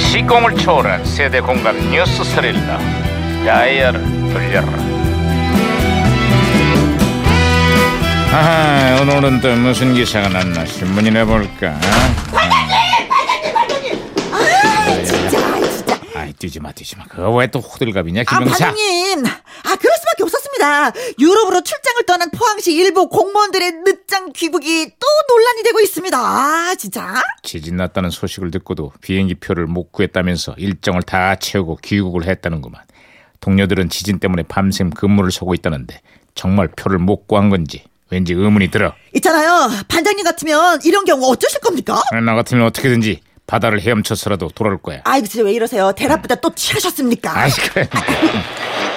시공을 초월한 세대 공감 뉴스 스릴러 다이얼을 돌려라 아하 오늘은 또 무슨 기사가 났나 신문이나 볼까 아 진짜 아이, 진짜 아이 뛰지마 뛰지마 그거 왜 또 호들갑이냐 아 김영사 반장님 아 그럴 수밖에 없었습니다 유럽으로 출장을 떠난 포항시 일부 공무원들의 늦장 귀국이 또 논란이 되고 있습니다 아 진짜 지진 났다는 소식을 듣고도 비행기 표를 못 구했다면서 일정을 다 채우고 귀국을 했다는구만 동료들은 지진 때문에 밤샘 근무를 서고 있다는데 정말 표를 못 구한 건지 왠지 의문이 들어 있잖아요 반장님 같으면 이런 경우 어쩌실 겁니까 아, 나 같으면 어떻게든지 바다를 헤엄쳐서라도 돌아올 거야. 아이 진짜 왜 이러세요 대낮보다 또 취하셨습니까 아이 그래.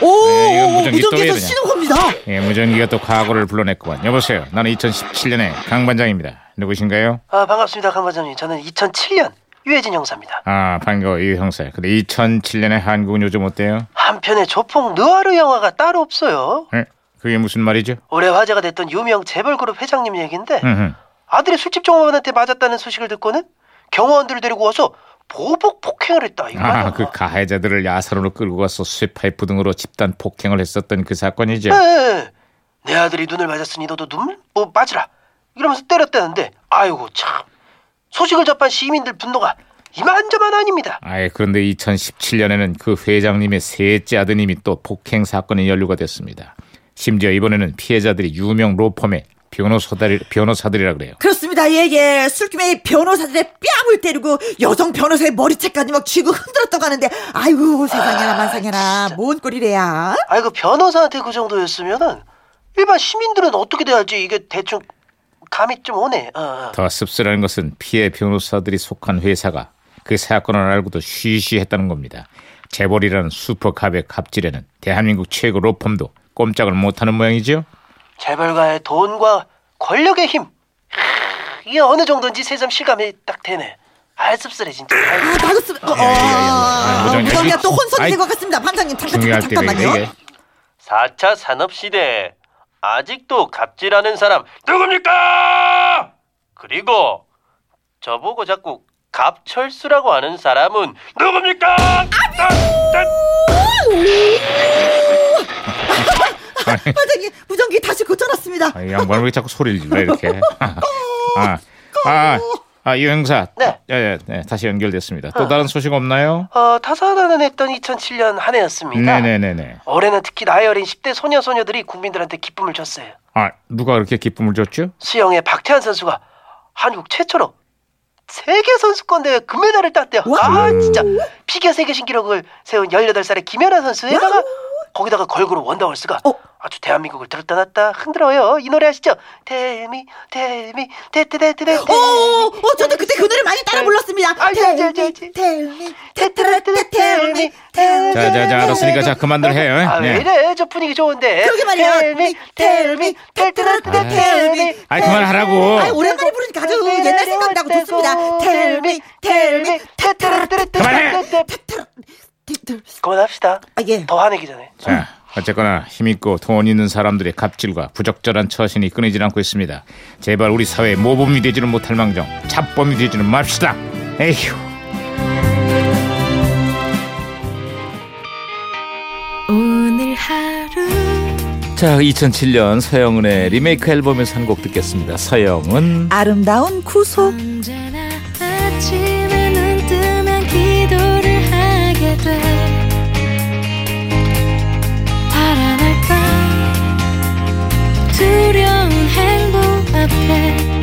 오 네, 이건 오, 무전기 또 무전기에서 왜 이러냐. 신호겁니다 예, 무전기가 또 과거를 불러냈구만. 여보세요. 나는 2017년의 강 반장입니다. 누구신가요? 아 반갑습니다 강 반장님 저는 2007년 유해진 형사입니다 아 반가워 이 형사. 근데 2007년의 한국은 요즘 어때요? 한편의 조폭 느와르 영화가 따로 없어요 에? 예? 그게 무슨 말이죠? 올해 화제가 됐던 유명 재벌그룹 회장님 얘기인데 음흠. 아들이 술집 종업원한테 맞았다는 소식을 듣고는 경호원들을 데리고 와서 보복 폭행을 했다 이거야 아그 가해자들을 야산으로 끌고 가서 쇠파이프 등으로 집단 폭행을 했었던 그 사건이죠. 네. 내 아들이 눈을 맞았으니 너도 눈뭐 맞으라 이러면서 때렸다는데 아이고 참 소식을 접한 시민들 분노가 이만저만 아닙니다 아예 그런데 2017년에는 그 회장님의 셋째 아드님이 또 폭행 사건에 연루가 됐습니다. 심지어 이번에는 피해자들이 유명 로펌의 변호사들 변호사들이라 그래요. 그렇습니다 예예 술김에 변호사들의 뺨을 때리고 여성 변호사의 머리채까지 막 쥐고 흔들었다고 하는데 아이고 세상에나 만상에나 뭔 꼴이래야 아이고 변호사한테 그 정도였으면은 일반 시민들은 어떻게 돼야 할지 이게 대충 감이 좀 오네. 어, 어. 더 씁쓸한 것은 피해 변호사들이 속한 회사가 그 사건을 알고도 쉬쉬했다는 겁니다. 재벌이라는 슈퍼갑의 갑질에는 대한민국 최고 로펌도 꼼짝을 못하는 모양이죠. 재벌가의 돈과 권력의 힘. 크, 이게 어느 정도인지 새삼 실감이 딱 되네. 아 씁쓸해 진짜. 아이고. 아, 나도 쓰... 어, 예, 예, 예. 아, 어, 무전기. 무전기가 또 혼선이 아이, 된 것 같습니다. 반장님, 잠깐, 잠깐, 중요할 때 잠깐만요. 이게 4차 산업시대에 아직도 갑질하는 사람 누굽니까? 그리고 저보고 자꾸 갑철수라고 하는 사람은 누굽니까? 반장님, 무전기 다시 고쳐놨습니다. 아, 이 양반 왜 자꾸 소리를 질러 이렇게? 아, 아, 아, 이 형사. 네. 예, 예, 네, 다시 연결됐습니다. 어. 또 다른 소식 없나요? 어, 타사단했던 2007년 한 해였습니다. 네, 네, 네, 네. 올해는 특히 나이 어린 10대 소녀 소녀들이 국민들한테 기쁨을 줬어요. 아, 누가 그렇게 기쁨을 줬죠? 수영의 박태환 선수가 한국 최초로 세계 선수권 대회 금메달을 땄대요. 아 진짜 피겨 세계 신기록을 세운 18살의 김연아 선수에다가 거기다가 걸그룹 원더걸스가 어? 아주 대한민국을 들었다 놨다 흔들어요. 이 노래 아시죠? 대미 대미 대대대대대 오, 오, 오, 저도 그때 그 노래 많이 따라 불렀습니다. 알지, 알지, 알지, 알지. 텔미, 테트라테, 텔미, 텔미. 자, 자, 자, 알았으니까 자 그만들 해요. 아, 왜 네. 이래? 저 분위기 좋은데. 그러게 말이야. 텔미, 텔미, 텔트라트라, 아. 텔미. 아이 그만하라고. 아, 오랜만에 부르니까 아주 옛날 생각나고 좋습니다. 텔미, 텔미, 테트라테, 그만해! 테트라, 테트라. 그만합시다. 아, 예. 더 화내기 전에. 자, 어쨌거나 힘 있고 돈 있는 사람들의 갑질과 부적절한 처신이 끊이질 않고 있습니다. 제발 우리 사회 모범이 되지는 못할 망정, 잡범이 되지는 맙시다. 에휴. 오늘 하루 자, 2007년 서영은의 리메이크 앨범에서 한 곡 듣겠습니다. 서영은 아름다운 구속. 언제나 아침에 눈 뜨면 기도를 하게 돼 파란 날밤 두려운 행복 앞에